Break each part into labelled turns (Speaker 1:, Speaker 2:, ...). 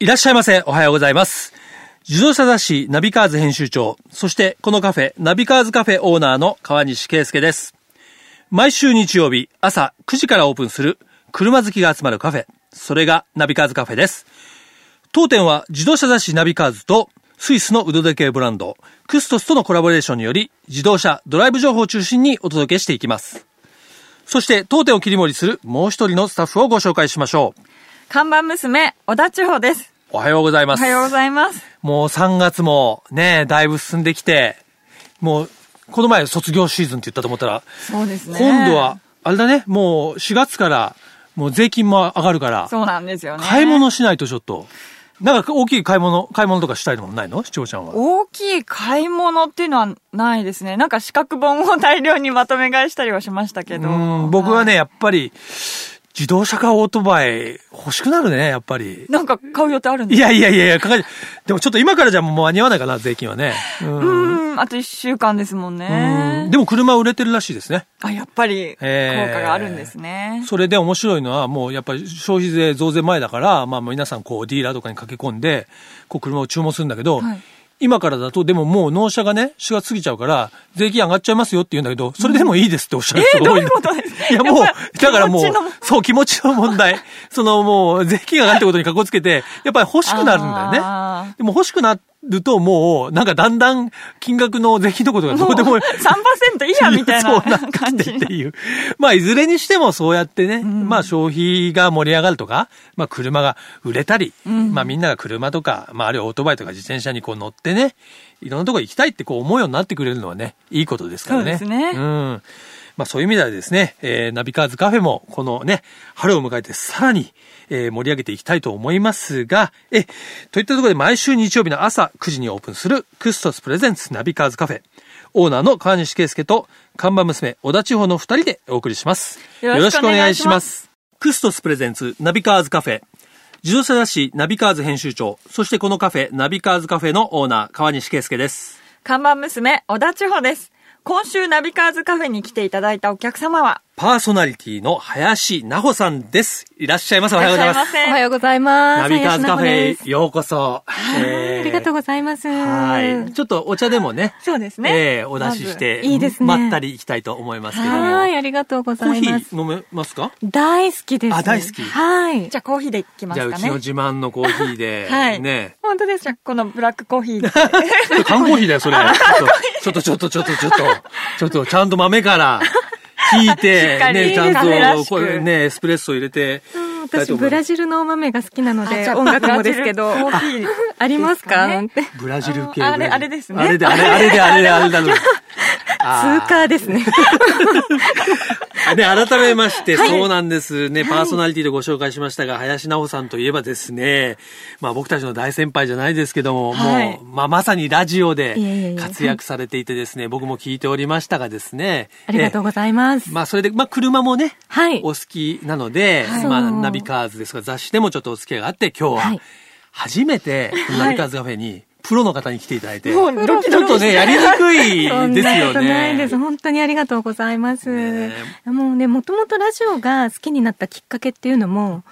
Speaker 1: いらっしゃいませ。おはようございます。自動車雑誌ナビカーズ編集長、そしてこのカフェ、ナビカーズカフェオーナーの川西圭介です。毎週日曜日朝9時からオープンする車好きが集まるカフェ、それがナビカーズカフェです。当店は自動車雑誌ナビカーズとスイスの腕時計ブランド、クストスとのコラボレーションにより自動車、ドライブ情報を中心にお届けしていきます。そして当店を切り盛りするもう一人のスタッフをご紹介しましょう。
Speaker 2: 看板娘、小田千穂です。
Speaker 1: おはようございます。
Speaker 2: おはようございます。
Speaker 1: もう3月もね、だいぶ進んできて、もう、この前卒業シーズンって言ったと思ったら、
Speaker 2: そうですね。
Speaker 1: 今度は、あれだね、もう4月から、もう税金も上がるから、
Speaker 2: そうなんですよね。
Speaker 1: 買い物しないとちょっと。なんか大きい買い物、買い物とかしたいのもないの視聴者は。
Speaker 2: 大きい買い物っていうのはないですね。なんか資格本を大量にまとめ買いしたりはしましたけど。
Speaker 1: 僕はね、はい、やっぱり、自動車かオートバイ欲しくなるね、やっぱり。
Speaker 2: なんか買う予定あるん
Speaker 1: ですかいやいやいや、かかり、でもちょっと今からじゃもう間に合わないかな、税金はね。
Speaker 2: うん、んあと1週間ですもんね
Speaker 1: ん。でも車売れてるらしいですね。
Speaker 2: あ、やっぱり、効果があるんですね、
Speaker 1: えー、それで面白いのは、もうやっぱり消費税増税前だから、まあ皆さんこうディーラーとかに駆け込んで、こう車を注文するんだけど、はい今からだと、でももう納車がね、4月過ぎちゃうから、税金上がっちゃいますよって言うんだけど、それでもいいですっておっしゃる人が多い、
Speaker 2: うん、えー、どういうことです
Speaker 1: いやもう、だからもう、そう、気持ちの問題。 そのもう、税金が上がってことにかこつけて、やっぱり欲しくなるんだよね。でも欲しくなるともう、なんかだんだん金額の税金のことがどうでもいい。
Speaker 2: 3%いいやみた いな感じ。
Speaker 1: っていう。まあ、いずれにしてもそうやってね、うん、まあ、消費が盛り上がるとか、まあ、車が売れたり、うん、まあ、みんなが車とか、まあ、あるいはオートバイとか自転車にこう乗ってね、いろんなとこ行きたいってこう思うようになってくれるのはね、いいことですからね。。
Speaker 2: そうですね。うん
Speaker 1: まあそういう意味ではですね、えー、ナビカーズカフェもこのね、春を迎えてさらに、えー、盛り上げていきたいと思いますが、え、といったところで毎週日曜日の朝9時にオープンするクストスプレゼンツナビカーズカフェ。オーナーの川西圭介と看板娘小田地方の2人でお送りします。
Speaker 2: よろしくお願いします。
Speaker 1: クストスプレゼンツナビカーズカフェ。自動車雑誌ナビカーズ編集長、そしてこのカフェ、ナビカーズカフェのオーナー、川西圭介です。
Speaker 2: 看板娘、小田千穂です。今週ナビカーズカフェに来ていただいたお客様は、
Speaker 1: パーソナリティの林奈穂さんです。いらっしゃいませ。おはようございます。
Speaker 3: おはようございます。
Speaker 1: ナビカーズカフェようこそ。
Speaker 3: えー、ありがとうございます。
Speaker 1: はい。ちょっとお茶でもね。
Speaker 2: そうですね。
Speaker 1: えー、お出しして、
Speaker 3: ま、いいですね。
Speaker 1: まったりいきたいと思いますけども。
Speaker 3: はい、ありがとうございます。
Speaker 1: コーヒー飲めますか
Speaker 3: 大好きです、ね、
Speaker 1: あ、大好き。
Speaker 3: はい。
Speaker 2: じゃあコーヒーでいきますか
Speaker 1: じゃ
Speaker 2: ね。
Speaker 1: あうちの自慢のコーヒーで。
Speaker 2: はい。
Speaker 1: ね。
Speaker 2: 本当ですかこのブラックコー ヒー。
Speaker 1: 缶コーヒーだよ、それ。ちょっとちょっとちょっとちょっと、ちょっとちゃんと豆から。引いて、ね、ちゃんと、これね、エスプレッソ入れて。
Speaker 3: 私、ブラジルのお豆が好きなので、音楽もです けど、 ありますかなんて。
Speaker 1: ブラジル系
Speaker 2: あれ、あれですね。
Speaker 1: あれで、あれ、あれで、あれで、あれだろ。
Speaker 3: 通過ですね。
Speaker 1: で、改めまして、そうなんですね、パーソナリティでご紹介しましたが、林直さんといえばですね、まあ僕たちの大先輩じゃないですけども、もう、まあまさにラジオで活躍されていてですね、僕も聞いておりましたがですね。
Speaker 3: ありがとうございます。
Speaker 1: まあそれで、まあ車もね、
Speaker 3: はい、
Speaker 1: お好きなので、まあナビカーズですが、雑誌でもちょっとお付き合いがあって、今日は、初めて、ナビカーズカフェに、プロの方に来ていただいて。
Speaker 2: もうド
Speaker 1: キドキちょっとね、やりにくいですよね。そん
Speaker 3: ないです。本当にありがとうございます。もうね、もともとラジオが好きになったきっかけっていうのも、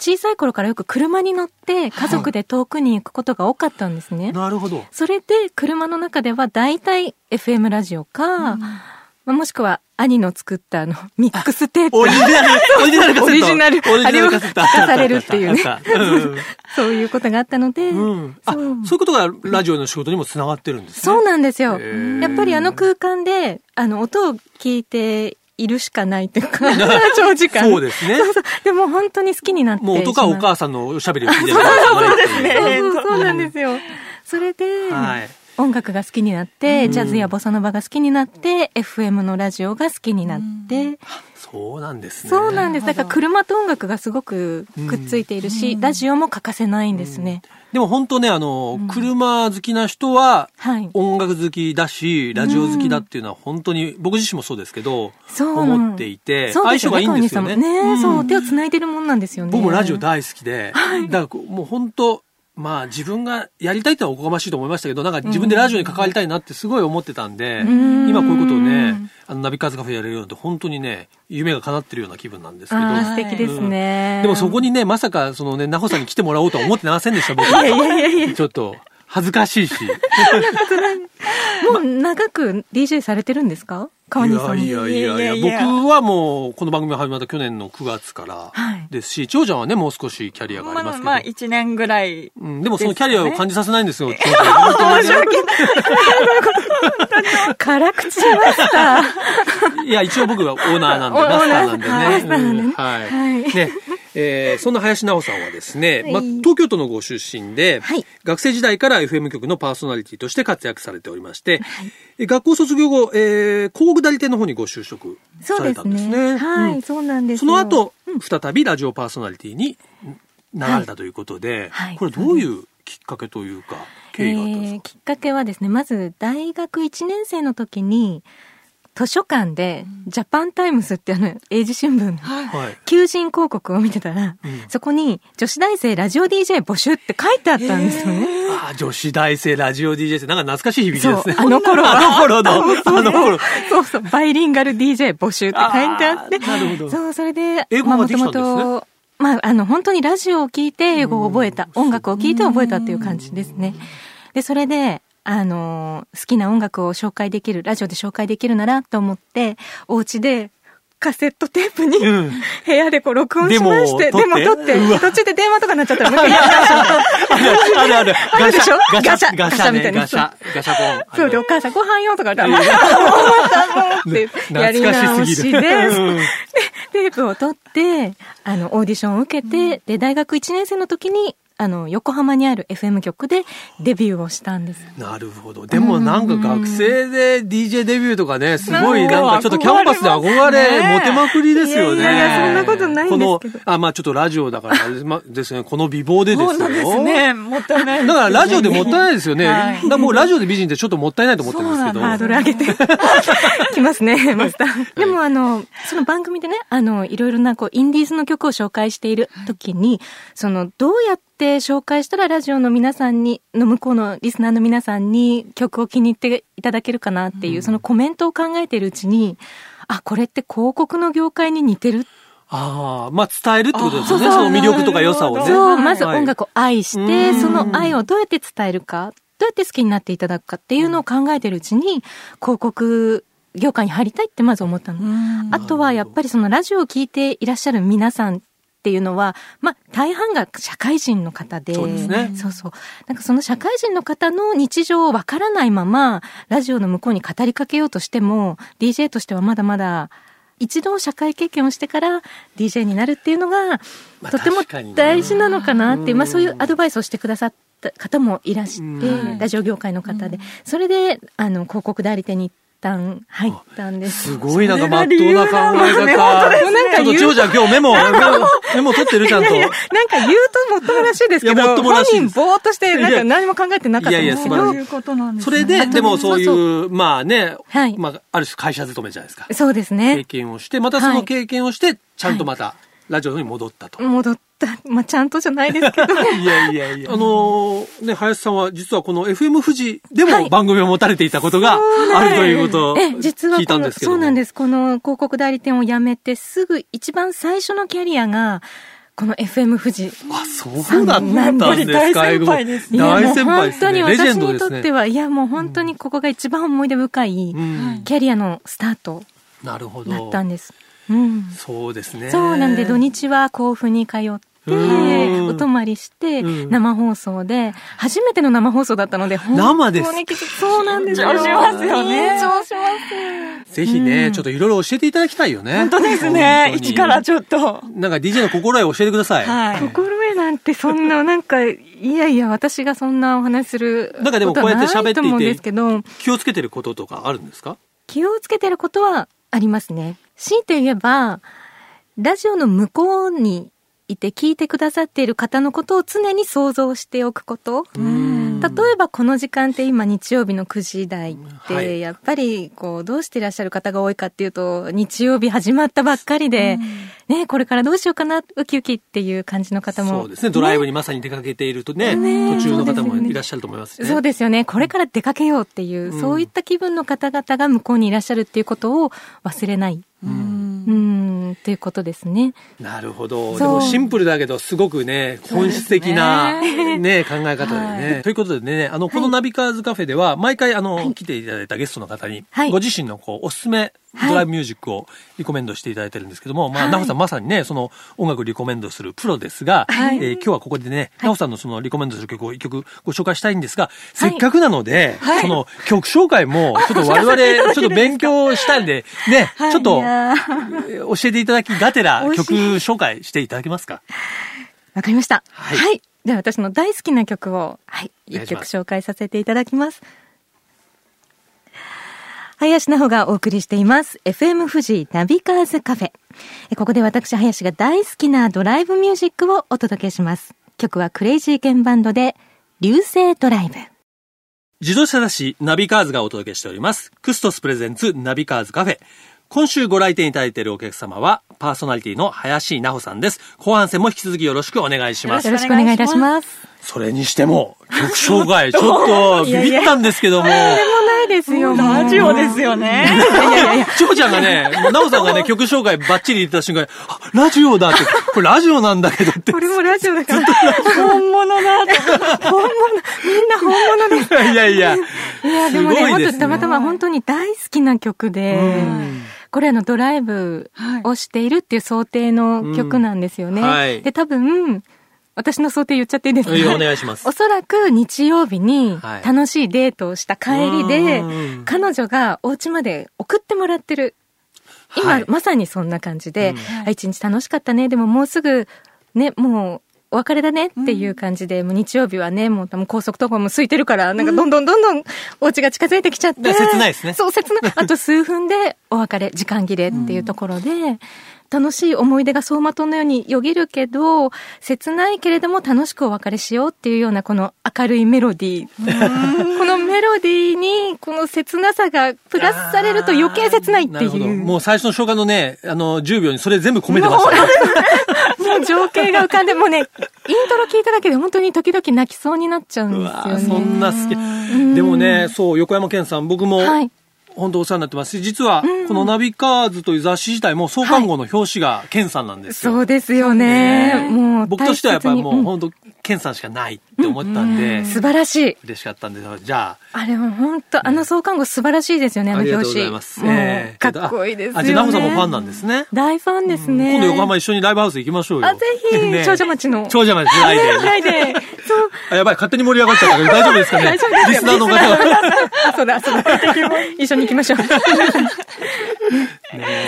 Speaker 3: 小さい頃からよく車に乗って家族で遠くに行くことが多かったんですね。はい、
Speaker 1: なるほど。
Speaker 3: それで車の中では大体 FM ラジオか、うんまあ、もしくは兄の作ったあのミックステープ
Speaker 1: オリジナルオリジナルカセット
Speaker 3: オリジナル
Speaker 1: オリジナルカセット
Speaker 3: されるっていうね、 そういうことがあったので、
Speaker 1: うん、そうそういうことがラジオの仕事にもつながってるんです、ね、
Speaker 3: そうなんですよやっぱりあの空間であの音を聞いているしかないというか、 長時間。
Speaker 1: そうですね。
Speaker 3: そうそう。でも本当に好きになって
Speaker 1: もう音かお母さんのおしゃべりを聞いてる。
Speaker 2: そうですね。
Speaker 3: そうなんですよ。それで、はい、音楽が好きになって、ジャズやボサノバが好きになって、うん、FM のラジオが好きになって、うん、
Speaker 1: そうなんですね。
Speaker 3: そうなんです。だから車と音楽がすごくくっついているし、うん、ラジオも欠かせないんですね。
Speaker 1: でも本当ね、あの、車好きな人は、音楽好きだし、ラジオ好きだっていうのは本当に、僕自身もそうですけど、思っていて、相性がいいんですよね。
Speaker 3: ね、そう、手を繋いでるもんなんですよね。
Speaker 1: 僕もラジオ大好きで、だからもう本当、まあ自分がやりたいってのはおこがましいと思いましたけど、なんか自分でラジオに関わりたいなってすごい思ってたんで、
Speaker 3: ん
Speaker 1: 今こういうことをね、あのナビカーズカフェやれるようになって本当にね、夢が叶ってるような気分なんですけど、
Speaker 3: ああ、素敵ですね。
Speaker 1: でもそこにね、まさかそのね、ナホさんに来てもらおうとは思ってませんでした、僕。ちょっと恥ずかしいし。
Speaker 3: もう長く DJ されてるんですか川西さんも。
Speaker 1: いやいやい
Speaker 2: い
Speaker 1: や
Speaker 2: や
Speaker 1: い
Speaker 2: い
Speaker 1: や
Speaker 2: や
Speaker 1: 僕はもうこの番組が始まった去年の9月から
Speaker 3: はい
Speaker 1: ですし、千代ちゃんはねもう少しキャリアがあ
Speaker 2: ま
Speaker 1: りますけ
Speaker 2: あ
Speaker 1: ど、
Speaker 2: まあ1年ぐらい。
Speaker 1: うん、でもそのキャリアを感じさせないんですよ、千代ちゃん
Speaker 2: 申し訳ない。
Speaker 3: 辛口し ました。
Speaker 1: いや、一応僕がオーナーなんで、
Speaker 2: オーナ
Speaker 1: マ
Speaker 2: ー
Speaker 1: スターなんでね。
Speaker 3: マスターなんでね
Speaker 1: うん
Speaker 3: は
Speaker 1: はい。
Speaker 3: い
Speaker 1: ね。えーそんな林奈穂さんはですね、
Speaker 3: はい
Speaker 1: まあ、東京都のご出身で、
Speaker 3: はい
Speaker 1: 学生時代から FM 局のパーソナリティとして活躍されておりまして、え学校卒業後、えー、工具代理店の方にご就職
Speaker 3: そ
Speaker 1: さ
Speaker 3: う
Speaker 1: れ
Speaker 3: で
Speaker 1: た
Speaker 3: す
Speaker 1: んですね。
Speaker 3: ね。は
Speaker 1: うん
Speaker 3: い、そうなんです
Speaker 1: そ
Speaker 3: よ
Speaker 1: の後、再びラジオパーソナリティになられたということで、
Speaker 3: はい
Speaker 1: これどういうきっかけというか、経緯があったんです
Speaker 3: え
Speaker 1: か
Speaker 3: ー、きっかけはですねまず大学1年生の時に図書館で「ジャパンタイムス」ってあの英字新聞の
Speaker 1: はい。
Speaker 3: 求人広告を見てたら、
Speaker 1: うん
Speaker 3: そこに「女子大生ラジオ DJ 募集」って書いてあったんですよね。
Speaker 1: ああ、女子大生ラジオ DJ ってなんか懐かしい響き
Speaker 3: そ
Speaker 1: で
Speaker 3: う
Speaker 1: すね。
Speaker 3: あの頃 は
Speaker 1: あの頃 の、あの頃。
Speaker 3: そうそうバイリンガル DJ 募集って書いてあって
Speaker 1: あーなるほど
Speaker 3: そうそれで
Speaker 1: 英語ができたんですね
Speaker 3: まあ元々まあ、あの、本当にラジオを聞いて英語を覚えた、音楽を聞いて覚えたっていう感じですね。で、それで、あの、好きな音楽を紹介できる、ラジオで紹介できるならと思って、お家でカセットテープに、
Speaker 1: うん
Speaker 3: 部屋でこう録音しまし
Speaker 1: で
Speaker 3: て、で
Speaker 1: も
Speaker 3: も
Speaker 1: 撮って
Speaker 3: 撮って、途中で電話とかになっちゃった ら、もう一回やり直し
Speaker 1: あるあるある。ガ
Speaker 3: る
Speaker 1: シ
Speaker 3: でし
Speaker 1: ャ
Speaker 3: ょ、
Speaker 1: ガシャ、ガ
Speaker 3: ガ
Speaker 1: シ
Speaker 3: シ
Speaker 1: ャ
Speaker 3: ャ
Speaker 1: ね、
Speaker 3: みたいな
Speaker 1: ガシャ、ガシャコン。
Speaker 3: そうで、
Speaker 1: あ
Speaker 3: お
Speaker 1: の
Speaker 3: 母さんご飯よとか言わ れたら、もうだもうって、やり
Speaker 1: 懐
Speaker 3: 直しで、
Speaker 1: かしすぎるうん
Speaker 3: でテープを取って、あの、オーディションを受けて、で、大学1年生の時に、あの、横浜にある FM 局でデビューをしたんです。
Speaker 1: なるほど。でもなんか学生で DJ デビューとかね、すごいな
Speaker 2: な
Speaker 1: んん
Speaker 2: か
Speaker 1: かちょっとキャンパスで憧
Speaker 2: ね
Speaker 1: れ、
Speaker 2: え
Speaker 1: モテまくりですよね。
Speaker 3: いやいやそんなことないんですけど
Speaker 1: この、あ、まあちょっとラジオだからあれです、ま、ですね、この美貌でですよ。
Speaker 2: そうなんですね。もったいないです
Speaker 1: だ
Speaker 2: ね。
Speaker 1: からラジオでもったいないですよね。
Speaker 2: はい
Speaker 1: だからもうラジオで美人ってちょっともったいないと思ってますけど。
Speaker 3: ハードル上げて きますね、マスター。でもあの、その番組でね、あの、いろいろなこう、インディーズの曲を紹介している時に、その、どうやって紹介したらラジオの皆さんに、の向こうのリスナーの皆さんに曲を気に入っていただけるかなっていう、そのコメントを考えているうちに、あ、これって広告の業界に似てる。
Speaker 1: ああ、まあ伝えるってことですよね。
Speaker 3: あー
Speaker 1: その魅力とか良さを
Speaker 2: な
Speaker 1: ね。
Speaker 2: るほど
Speaker 3: そう、
Speaker 2: はい
Speaker 3: まず音楽を愛し
Speaker 1: う
Speaker 3: て、
Speaker 1: ん
Speaker 3: その愛をどうやって伝えるか、どうやって好きになっていただくかっていうのを考えてるうちに、広告業界に入りたいってまず思ったの。
Speaker 2: うん
Speaker 3: あとはやっぱりそのラジオを聞いていらっしゃる皆さんっていうのは、まあ大半が社会人の方で。
Speaker 1: そうですね
Speaker 3: そうそうなんかその社会人の方の日常をわからないまま、ラジオの向こうに語りかけようとしても、DJ としてはまだまだ、一度社会経験をしてから DJ になるっていうのが、
Speaker 1: まあ
Speaker 3: とても
Speaker 1: 確かにね
Speaker 3: 大事なのかなって、
Speaker 1: うん
Speaker 3: まあそういうアドバイスをしてくださった方もいらして、
Speaker 1: うん
Speaker 3: ラジオ業界の方で、それで、あの、広告代理店に一旦入ったんです。
Speaker 1: すごいなんか真っ当な考え
Speaker 2: そ
Speaker 1: 方。
Speaker 2: れが理由なん
Speaker 1: ち
Speaker 3: ですね
Speaker 1: ょっと千代ちゃん今日メモ、メモメモ取ってるちゃんと。
Speaker 3: いやいや なんか言うともっともらしいですけ
Speaker 1: いやもっ
Speaker 3: ど、
Speaker 1: ともら
Speaker 3: 本
Speaker 1: しいで
Speaker 3: 人
Speaker 1: す
Speaker 3: ぼーっとして、なん
Speaker 1: いや
Speaker 3: か何も考えてなかったんですけ
Speaker 1: いやいや素
Speaker 3: ど、
Speaker 1: 晴らし
Speaker 2: うことなんです
Speaker 1: そ
Speaker 2: ね
Speaker 1: れで、でもそうい、
Speaker 3: そう
Speaker 1: まあね、
Speaker 3: はい
Speaker 1: まあ、ある種会社勤めじゃないですか。
Speaker 3: そうです
Speaker 1: 経
Speaker 3: ね。
Speaker 1: 験をして、またそ
Speaker 3: は
Speaker 1: の
Speaker 3: い
Speaker 1: 経験をして、ちゃんとまた、ラジオに戻ったと。
Speaker 3: 戻った、まあちゃんとじゃないですけ ど、
Speaker 1: いやいやいや。あのーね、林さんは実はこの FM 富士で
Speaker 3: は
Speaker 1: も
Speaker 3: い
Speaker 1: 番組を持たれていたことがあるということを
Speaker 3: え、実は
Speaker 1: 聞いた
Speaker 3: こ
Speaker 1: んで
Speaker 3: の、
Speaker 1: すけど。。
Speaker 3: そうなんですす。この広告代理店を辞めてすぐ一番最初のキャリアが、この FM 富士。
Speaker 1: あ、そうだったんですか。
Speaker 2: やっぱり大先輩ですね
Speaker 1: 英語大先輩
Speaker 3: 本
Speaker 1: です
Speaker 3: 当に
Speaker 1: ね。レジェ
Speaker 3: 私
Speaker 1: ンド
Speaker 3: に
Speaker 1: で
Speaker 3: と
Speaker 1: す
Speaker 3: って
Speaker 1: ね。
Speaker 3: は、いやもう本当にここが一番思い出深い、
Speaker 1: うん。
Speaker 3: キャリアのスタート
Speaker 1: なるほ
Speaker 3: だっ
Speaker 1: ど
Speaker 3: た。んです。うん。
Speaker 1: そうですね。
Speaker 3: そうなんで土日は甲府に通って
Speaker 1: うん
Speaker 3: お泊まりして
Speaker 1: うん
Speaker 3: 生放送で初めての生放送だったので
Speaker 1: 生です
Speaker 3: 本当にきつそうなんです
Speaker 2: 緊張しますよね
Speaker 3: 緊張します
Speaker 1: ぜひね、ちょっといろいろ教えていただきたいよね。
Speaker 2: 本当ですね。
Speaker 1: 本当に
Speaker 2: 一からちょっと。
Speaker 1: なんか DJ の心得を教えてください。
Speaker 2: はい
Speaker 3: 心得なんてそんななんかいやいや私がそんなお話しする
Speaker 1: なんかでも
Speaker 3: こと
Speaker 1: こう
Speaker 3: は
Speaker 1: やって
Speaker 3: な
Speaker 1: 喋っていて
Speaker 3: いと思うんですけど
Speaker 1: 気をつけてることとかあるんですか
Speaker 3: 気をつけてることはありますね強いて言えばラジオの向こうにいて聞いてくださっている方のことを常に想像しておくこと例えばこの時間って今日曜日の9時台っ
Speaker 1: は
Speaker 3: て
Speaker 1: い
Speaker 3: やっぱりこうどうしていらっしゃる方が多いかっていうと日曜日始まったばっかりで、ね、これからどうしようかなウキウキっていう感じの方も
Speaker 1: そうですね。ドライブにまさに出かけているとね、
Speaker 3: ね
Speaker 1: 途中の方
Speaker 3: そうです
Speaker 1: も
Speaker 3: よね
Speaker 1: いらっしゃると思いますしね。
Speaker 3: そうですよね。これから出かけようっていう、
Speaker 1: うん
Speaker 3: そういった気分の方々が向こうにいらっしゃるっていうことを忘れない。
Speaker 2: うん
Speaker 3: うん、っていうことですね。
Speaker 1: なるほど。
Speaker 3: う
Speaker 1: でもシンプルだけど、すごくね、本質的な、ね考え方だよね、ということでね、あの、このナビカーズカフェでは、毎回、あの、来ていただいたゲストの方に、
Speaker 3: はい
Speaker 1: ご自身の、こう、おすすめ、
Speaker 3: はい
Speaker 1: ドライブミュージックをリコメンドしていただいてるんですけども、まあ、
Speaker 3: はい
Speaker 1: ナホさんまさにね、その音楽をリコメンドするプロですが、
Speaker 3: はい
Speaker 1: えー今日はここでね、ナホさんのそのリコメンドする曲を一曲ご紹介したいんですが、せっかくなので、
Speaker 3: はい
Speaker 1: その曲紹介も、ちょっと我々、ちょっと勉強したんで、ね、ちょっと、
Speaker 3: いやー
Speaker 1: えー教えていただきがてら
Speaker 3: 美味
Speaker 1: 曲
Speaker 3: しい
Speaker 1: 紹介していただけますか
Speaker 3: わかりました。
Speaker 1: は
Speaker 3: はいい。では私の大好きな曲を、はい、
Speaker 1: お願い
Speaker 3: 一
Speaker 1: しま
Speaker 3: 曲
Speaker 1: す
Speaker 3: 紹介させていただきます。林奈穂がお送りしています。FM 富士ナビカーズカフェ。えここで私、林が大好きなドライブミュージックをお届けします。曲はクレイジーケンバンドで、流星ドライブ。
Speaker 1: 自動車雑誌ナビカーズがお届けしておりますクストスプレゼンツナビカーズカフェ今週ご来店いただいているお客様はパーソナリティの林奈穂さんです後半戦も引き続きよろしくお願いし
Speaker 2: よ
Speaker 1: ま
Speaker 2: ろ
Speaker 1: す
Speaker 3: よろしくお願いいたします。
Speaker 1: それにしても曲紹介ちょっとビビったんですけども
Speaker 3: もうないですよ。
Speaker 2: ラジオですよね。
Speaker 3: いやいやいや。
Speaker 1: チョコちゃんがね、奈穂さんがね、曲紹介バッチリ言った瞬間に、あ、ラジオだって、これラジオなんだけどって
Speaker 3: こ。れもラジオだから。本物だと。本物。みんな本物です。
Speaker 1: いやいや、
Speaker 3: いや、でも
Speaker 1: す
Speaker 3: ね、
Speaker 1: ごい
Speaker 3: 本
Speaker 1: ですね
Speaker 3: 当にたまたま本当に大好きな曲で、これあのドライブをしているっていう想定の曲なんですよね。
Speaker 1: うんはい
Speaker 3: で、多分、私の想定言っちゃっていいですか
Speaker 1: いやお願いします
Speaker 3: おそらく日曜日に
Speaker 1: はい
Speaker 3: 楽しいデートをした帰りで、
Speaker 1: うん
Speaker 3: 彼女がお家まで送ってもらってる。今、
Speaker 1: はい
Speaker 3: まさにそんな感じで、
Speaker 1: うん
Speaker 3: あ一日楽しかったね、でももうすぐ、ね、もう、お別れだねっていう感じで、もう日曜日はね、もう多分高速とかも空いてるから、なんかどんどんどんどんお家が近づいてきちゃって。
Speaker 1: ね切ないですね
Speaker 3: そう、 切ない。あと数分でお別れ、時間切れっていうところで、楽しい思い出が走馬灯のようによぎるけど、切ないけれども楽しくお別れしようっていうようなこの明るいメロディー。 このメロディーに、この切なさがプラスされると余計切ないって
Speaker 1: なるほど
Speaker 3: いう。
Speaker 1: もう最初の紹介のね、あの、10秒にそれ全部込めてましたね。
Speaker 3: もう情景が浮かんで、もうね、イントロ聞いただけで本当に時々泣きそうになっちゃうん
Speaker 1: う
Speaker 3: で
Speaker 1: わ
Speaker 3: すよ
Speaker 1: ー
Speaker 3: ね。
Speaker 1: そんな好き。
Speaker 3: ん
Speaker 1: でもね、そう、横山健さん、僕も、
Speaker 3: はい。
Speaker 1: 本当お世話になってますし、実は、このナビカーズという雑誌自体も創刊号の表紙が健さんなんですよ。
Speaker 3: そうですよね。もう、
Speaker 1: 僕としてはやっぱりもう、
Speaker 3: 大切に
Speaker 1: 本当健さんしかないって思ったんで
Speaker 3: うん、素晴らしい。
Speaker 1: 嬉しかったんですよ。じゃあ、
Speaker 3: あれも本当、あの創刊号素晴らしいですよね、あの
Speaker 1: あり
Speaker 3: 表
Speaker 1: が
Speaker 3: 紙。
Speaker 1: とうございます。
Speaker 3: もう
Speaker 1: え
Speaker 3: か
Speaker 1: ー
Speaker 3: っこいいですよね。
Speaker 1: あ、じゃあ、奈穂さんもファンなんですね。
Speaker 3: 大ファンですね。
Speaker 1: 今度横浜一緒にライブハウス行きましょうよ。
Speaker 3: あぜひ
Speaker 1: ね
Speaker 3: 長者町の
Speaker 1: 長者町のライブ
Speaker 3: ないで。そう。
Speaker 1: あ、やばい、勝手に盛り上がっちゃった けど、大丈夫ですかね
Speaker 3: 大丈夫です
Speaker 1: リ
Speaker 3: よ
Speaker 1: スナーの方が。
Speaker 3: あ、そうだ、そうだ。 一緒に行きましょう。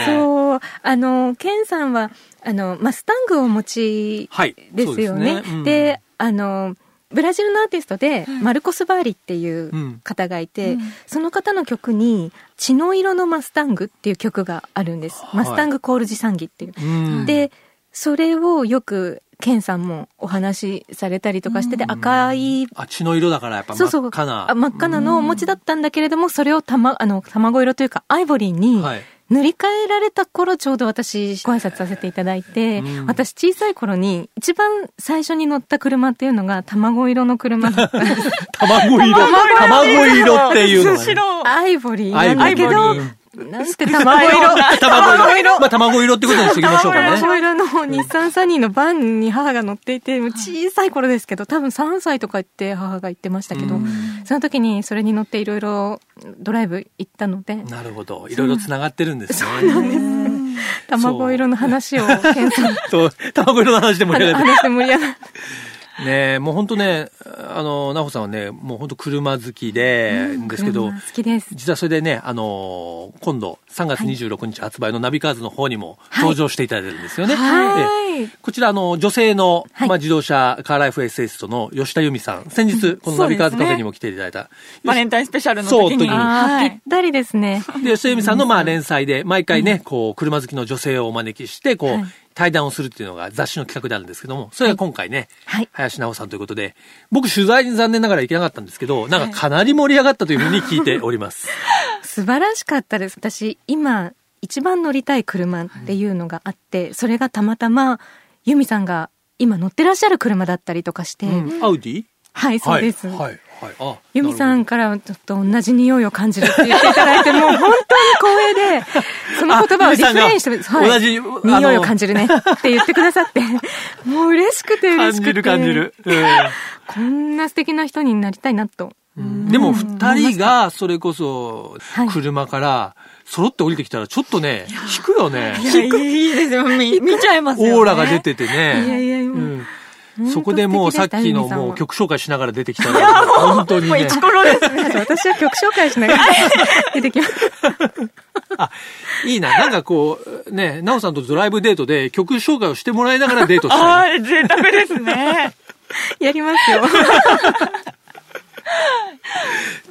Speaker 3: そう、あの、ケンさんは、あの、マスタングをお持ち
Speaker 1: はい
Speaker 3: ですよね。
Speaker 1: そうですねうん
Speaker 3: で、あの、ブラジルのアーティストで、マルコス・バーリっていう
Speaker 1: うん
Speaker 3: 方がいて、その方の曲に、血の色のマスタングっていう曲があるんです。
Speaker 1: はい
Speaker 3: マスタング・コール・ジ・サンギっていう。
Speaker 1: うん、
Speaker 3: で、それをよく、ケンさんもお話しされたりとかしてて、赤い
Speaker 1: あ、血の色だからやっぱ
Speaker 3: そ
Speaker 1: 真
Speaker 3: うそう
Speaker 1: っ赤な。
Speaker 3: あ真っ赤なのをお持ちだったんだけれども、それをた、ま、あの卵色というかアイボリーに
Speaker 1: はい
Speaker 3: 塗り替えられた頃ちょうど私ご挨拶させていただいて、
Speaker 1: うん
Speaker 3: 私小さい頃に一番最初に乗った車っていうのが卵色の車だったん です
Speaker 1: 卵色。卵色っていうの がね、
Speaker 2: 白。
Speaker 3: アイボリーなんだけ
Speaker 1: ア
Speaker 3: ど
Speaker 1: イボリ
Speaker 3: なんて卵色
Speaker 1: 卵色。まあ卵色ってことにしときましょうかね。
Speaker 3: 卵色の日産サニーのバンに母が乗っていて、もう小さい頃ですけど、多分3歳とか言って母が言ってましたけど、
Speaker 1: うん
Speaker 3: その時にそれに乗っていろいろドライブ行ったので、
Speaker 1: なるほど。いろいろ繋がってるんですね。
Speaker 3: 卵色の話を検査
Speaker 1: と、卵色の話で盛り 上がって。
Speaker 3: 話で盛り上がっ
Speaker 1: ねえもう本当ね、あの、奈穂さんはね、もう本当車好きで、ですけど
Speaker 3: 好、きです。
Speaker 1: 実はそれでね、あのー今度、3月26日発売のナビカーズの方にも登場していただいてるんですよね。え
Speaker 3: はい
Speaker 1: えこちら、あの、女性の、
Speaker 3: はい
Speaker 1: まあ、自動車カーライフエッセイストの吉田由美さん。先日、このナビカーズカフェにも来ていただいた。
Speaker 2: バレンタインスペシャルの
Speaker 1: そう
Speaker 2: 時
Speaker 1: 時
Speaker 2: に。
Speaker 1: に
Speaker 3: あ
Speaker 2: は
Speaker 3: ー
Speaker 2: い
Speaker 3: ぴった りですね。
Speaker 1: で吉田由美さんの、まあ、連載で、毎回ね、こう、車好きの女性をお招きして、こう、
Speaker 3: はい
Speaker 1: 対談をするっていうのが雑誌の企画であるんですけども、それが今回ね、
Speaker 3: はい
Speaker 1: 林直さんということで、僕取材に残念ながら行けなかったんですけど、なんかかなり盛り上がったというふうに聞いており ます。
Speaker 3: 素晴らしかったです私今一番乗りたい車っていうのがあって、それがたまたま由美さんが今乗ってらっしゃる車だったりとかして、
Speaker 1: うんアウディ
Speaker 3: はいそうです、
Speaker 1: はい、はい、はい。あ
Speaker 3: 由美さん
Speaker 1: なる
Speaker 3: からちょっと同じ匂いを感じるって言っていただいて、もう本当に 光栄で、その言葉をリフレインして、
Speaker 1: あ由美さんが
Speaker 3: はい
Speaker 1: 同じあの
Speaker 3: 匂いを感じるねって言ってくださって、もう嬉しくて
Speaker 1: ほど
Speaker 3: 嬉
Speaker 1: 感
Speaker 3: しく
Speaker 1: じ
Speaker 3: て。
Speaker 1: る感じ。る。
Speaker 3: こんな素敵な人になりたいなと。
Speaker 1: うんでも二人がそれこそ
Speaker 3: はい
Speaker 1: 車から揃って降りてきたらちょっとね、引くよね。
Speaker 2: いやいいですよ見見ちゃいますよ、ね、
Speaker 1: オーラが出てて
Speaker 3: いやい
Speaker 1: ね。
Speaker 3: や、
Speaker 1: う
Speaker 3: もうん
Speaker 1: そこでもうさっきのもう曲紹介しながら出てきたら、本当に
Speaker 2: もう
Speaker 1: ね。
Speaker 2: 一頃です
Speaker 3: まず私は曲紹介しながら 出てきます。
Speaker 1: あ、いいな。なんかこう、ね、なおさんとドライブデートで曲紹介をしてもらいながらデートしたい。
Speaker 2: ああ贅沢ですね
Speaker 3: やりますよ。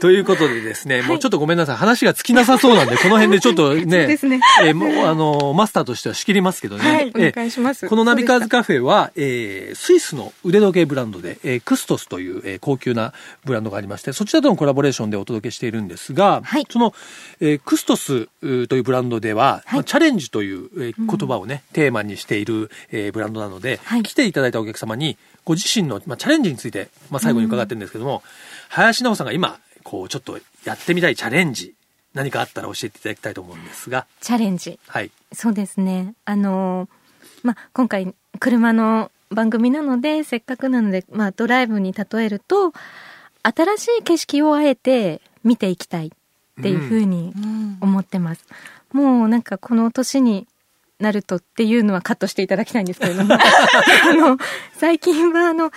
Speaker 1: ということでですね、もうちょっとごめんなさい。話が尽きなさそうなんで、この辺でちょっと
Speaker 3: そう
Speaker 1: ね
Speaker 3: ですね、
Speaker 1: えーも うあの、マスターとしては仕切りますけどね。
Speaker 3: はい
Speaker 1: えー
Speaker 3: お願いします
Speaker 1: このナビカーズカフェは、えースイスの腕時計ブランドで、えークストスという、えー高級なブランドがありまして、そちらとのコラボレーションでお届けしているんですが、
Speaker 3: はい
Speaker 1: その、えークストスうーというブランドでは、
Speaker 3: はい
Speaker 1: まあチャレンジという、えー言葉をね、テーマにしている、えーブランドなので、
Speaker 3: はい
Speaker 1: 来ていただいたお客様に、ご自身の、まあ、チャレンジについて、まあ、最後に伺ってるんですけども、林直さんが今、こう、ちょっとやってみたいチャレンジ、何かあったら教えていただきたいと思うんですが、
Speaker 3: チャレンジ。
Speaker 1: はい。
Speaker 3: そうですね。あの、まあ、今回、車の番組なので、せっかくなので、まあ、ドライブに例えると、新しい景色をあえて見ていきたいっていうふうに思ってます。もうなんかこの年になるとっていうのはカットしていただきたいんですけれど も、あの、最近はあの、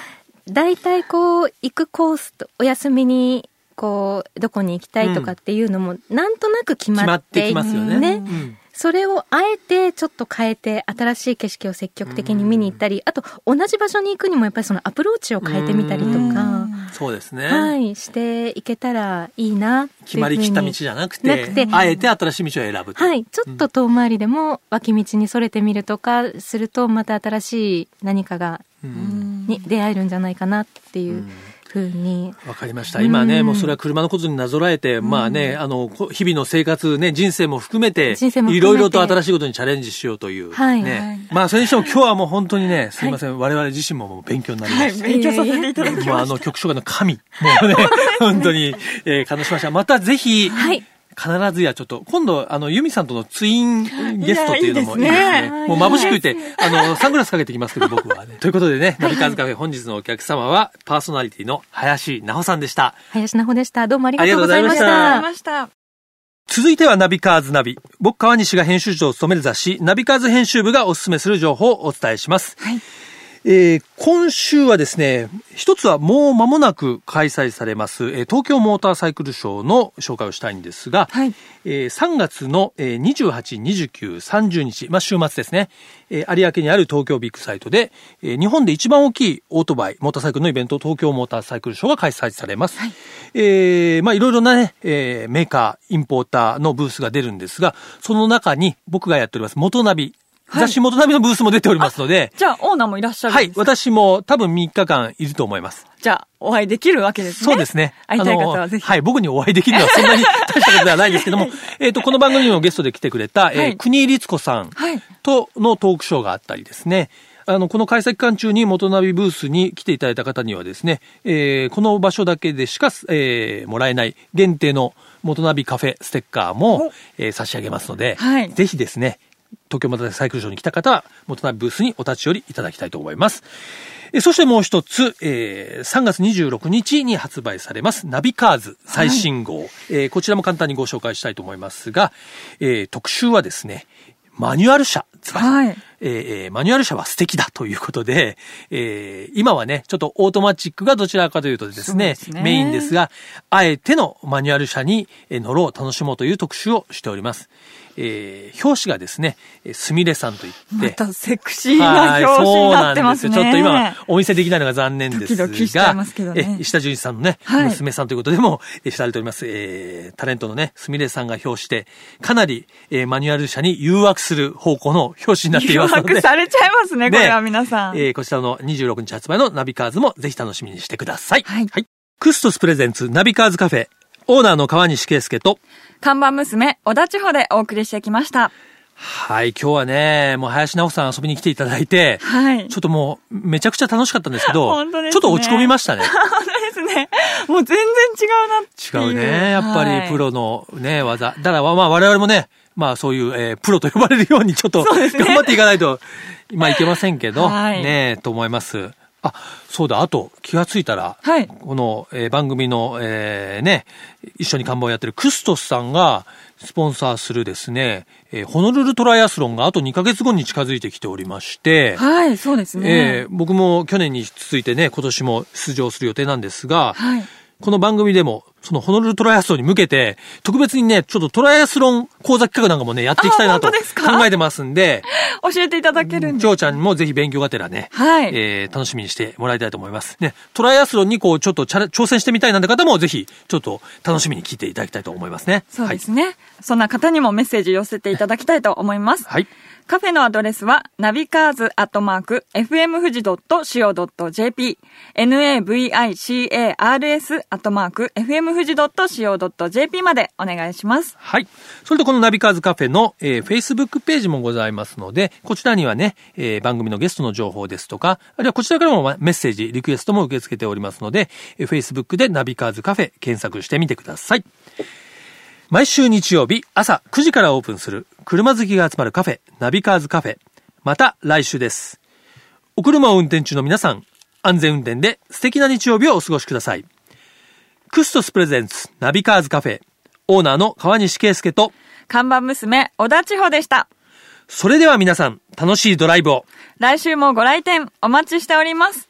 Speaker 3: 大体こう、行くコースと、お休みに、こう、どこに行きたいとかっていうのも、なんとなく
Speaker 1: 決
Speaker 3: 決ま
Speaker 1: まっ
Speaker 3: って
Speaker 1: てき
Speaker 3: いて
Speaker 1: ますよね。
Speaker 3: ね
Speaker 1: うん
Speaker 3: それをあえてちょっと変えて新しい景色を積極的に見に行ったりあと同じ場所に行くにもやっぱりそのアプローチを変えてみたりとか
Speaker 1: そうですね。
Speaker 3: はいしていけたらいいなっていうふうに
Speaker 1: 決まりきった道じゃなくて
Speaker 3: なくて
Speaker 1: あえて新しい道を選ぶと、
Speaker 3: はいちょっと遠回りでも脇道にそれてみるとかするとまた新しい何かが
Speaker 1: うん
Speaker 3: に出会えるんじゃないかなっていうふうに
Speaker 1: わかりました今ね、
Speaker 3: うん
Speaker 1: もうそれは車のことになぞらえて、まあねあのこ日々の生活ね人生も含めて
Speaker 3: 人生も
Speaker 1: い
Speaker 3: 含めて
Speaker 1: ろいろと新しいことにチャレンジしようという、
Speaker 3: はい
Speaker 1: ねまあそれにしても今日はもう本当にねすいません、我々自身ももう勉強になりま
Speaker 2: は
Speaker 1: し
Speaker 2: い
Speaker 1: た、
Speaker 2: 勉強させていただきました
Speaker 1: もうあの曲紹介の神も うね本当に、えー、感動しましたまたぜひ、
Speaker 3: はい
Speaker 1: 必ずやちょっと、今度、あの、ユミさんとのツインゲストっていうのもいい
Speaker 2: い
Speaker 1: で
Speaker 2: や
Speaker 1: すね。
Speaker 2: いいです
Speaker 3: ね
Speaker 1: もう眩しくて、あの、サングラスかけてきますけど、僕 はね。ということでね、ナビカーズカフェ本日のお客様は、パーソナリティの林奈穂さんでした。
Speaker 3: 林奈穂でしたどうもありがとうございまし
Speaker 1: ありがとうございました
Speaker 2: ました
Speaker 1: 続いてはナビカーズナビ。僕、川西が編集長を務める雑誌、ナビカーズ編集部がお勧めする情報をお伝えします。
Speaker 2: はい
Speaker 1: えー今週はですね、一つはもう間もなく開催されます、えー東京モーターサイクルショーの紹介をしたいんですが、
Speaker 2: はい
Speaker 1: えー3月の、えー28、29、30日、まあ、週末ですね、えー有明にある東京ビッグサイトで、えー日本で一番大きいオートバイ、モーターサイクルのイベント、東京モーターサイクルショーが開催されます。い、えーまあ、いろいろなね、えーメーカー、インポーターのブースが出るんですが、その中に僕がやっております、元ナビ、
Speaker 2: い
Speaker 1: 雑誌元ナビのブースも出ておりますので、
Speaker 2: じゃあオーナーもいらっしゃる
Speaker 1: はい
Speaker 2: んで、すか
Speaker 1: 私も多分3日間いると思います。
Speaker 2: じゃあお会いできるわけですね
Speaker 1: そうですね。
Speaker 2: 会いたい方
Speaker 1: あ
Speaker 2: は
Speaker 1: の
Speaker 2: ぜひ
Speaker 1: はい、僕にお会いできるのはそんなに大したことではないです けども、えっと、この番組のゲストで来てくれた、え
Speaker 2: は
Speaker 1: ー
Speaker 2: い
Speaker 1: 国井律子さん
Speaker 2: はい
Speaker 1: とのトークショーがあったりですね、あの、この開催期間中に元ナビブースに来ていただいた方にはですね、えーこの場所だけでしか、えーもらえない限定の元ナビカフェステッカーも
Speaker 2: お、
Speaker 1: えー差し上げますので、
Speaker 2: はい
Speaker 1: ぜひですね、東京モーターサイクルショーに来た方は、元ナビブースにお立ち寄りいただきたいと思います。えーそしてもう一つ、えー3月26日に発売されます、ナビカーズ最新号。えーこちらも簡単にご紹介したいと思いますが、えー特集はですね、マニュアル車、つまり
Speaker 2: はい
Speaker 1: えーえーマニュアル車は素敵だということで、えー今はね、ちょっとオートマチックがどちらかというとですね、
Speaker 2: そうですね
Speaker 1: メインですが、あえてのマニュアル車にえー乗ろう、楽しもうという特集をしております。えー表紙がですね、えーすみれさんといって、
Speaker 2: またセクシーな表紙になってま
Speaker 1: はいそうなんです
Speaker 2: すね
Speaker 1: よちょっと今、お見せできないのが残念ですが、
Speaker 2: ドキドキしちゃいますけどね
Speaker 1: え石田純一さんのね、
Speaker 2: はい
Speaker 1: 娘さんということでもえ知られております、えータレントのね、すみれさんが表して、かなり、えーマニュアル車に誘惑する方向の表紙になっていまますの
Speaker 2: 宿泊
Speaker 1: で。
Speaker 2: されちゃいますね、これは皆さん。
Speaker 1: えーこちらの26日発売のナビカーズもぜひ楽しみにしてください。
Speaker 2: はい
Speaker 1: クストスプレゼンツナビカーズカフェ、オーナーの川西圭介と、
Speaker 2: 看板娘、小田千穂でお送りしてきました。
Speaker 1: はい、今日はね、もう林直子さん遊びに来ていただいて、
Speaker 2: はい。
Speaker 1: ちょっともう、めちゃくちゃ楽しかったんですけど、
Speaker 2: 本当ですね
Speaker 1: ちょっと落ち込みましたね。
Speaker 2: 本当ですね。もう全然違うな
Speaker 1: 違
Speaker 2: っていう
Speaker 1: うね。やっぱ
Speaker 2: は
Speaker 1: り
Speaker 2: い
Speaker 1: プロのね、技。だからまあ我々もね、まあそういう、えープロと呼ばれるようにちょっと、
Speaker 2: そうですね
Speaker 1: 頑張っていかないと、まあいけませんけど、
Speaker 2: はい
Speaker 1: ねえ、と思います。あ、そうだ、あと気がついたら、
Speaker 2: はい
Speaker 1: この、えー番組の、えーね、一緒に看板をやってるクストスさんが、スポンサーするですね、えーホノルルトライアスロンがあと2ヶ月後に近づいてきておりまして、
Speaker 2: はい、そうです
Speaker 1: えー。
Speaker 2: ね
Speaker 1: 僕も去年に続いてね、今年も出場する予定なんですが、
Speaker 2: はい。
Speaker 1: この番組でも、そのホノルルトライアスロンに向けて、特別にね、ちょっとトライアスロン講座企画なんかもね、やっていきたいなと考
Speaker 2: あ本当ですか
Speaker 1: えてますんで、
Speaker 2: 教えていただけるん
Speaker 1: ち
Speaker 2: で。
Speaker 1: ょうちゃんもぜひ勉強がてらね、
Speaker 2: はい。
Speaker 1: えー楽しみにしてもらいたいと思います。ね、トライアスロンにこう、ちょっとチャレ挑戦してみたいなんて方も、ぜひ、ちょっと楽しみに聞いていただきたいと思いますね。
Speaker 2: そうですね、そんな方にもメッセージ寄せていただきたいと思います。
Speaker 1: はい。はい。
Speaker 2: カフェのアドレスは、ナビカーズアットマーク、fmfuji.co.jp、navicars アットマーク、fmfuji.co.jp までお願いします。
Speaker 1: はい。それとこのナビカーズカフェの、えー、Facebook ページもございますので、こちらにはね、えー番組のゲストの情報ですとか、あるいはこちらからもまメッセージ、リクエストも受け付けておりますので、えー Facebook でナビカーズカフェ検索してみてください。毎週日曜日朝9時からオープンする車好きが集まるカフェ、ナビカーズカフェ。また来週です。お車を運転中の皆さん、安全運転で素敵な日曜日をお過ごしください。クストスプレゼンツナビカーズカフェ、オーナーの川西圭介と、
Speaker 2: 看板娘、小田千穂でした。
Speaker 1: それでは皆さん、楽しいドライブを。
Speaker 2: 来週もご来店お待ちしております。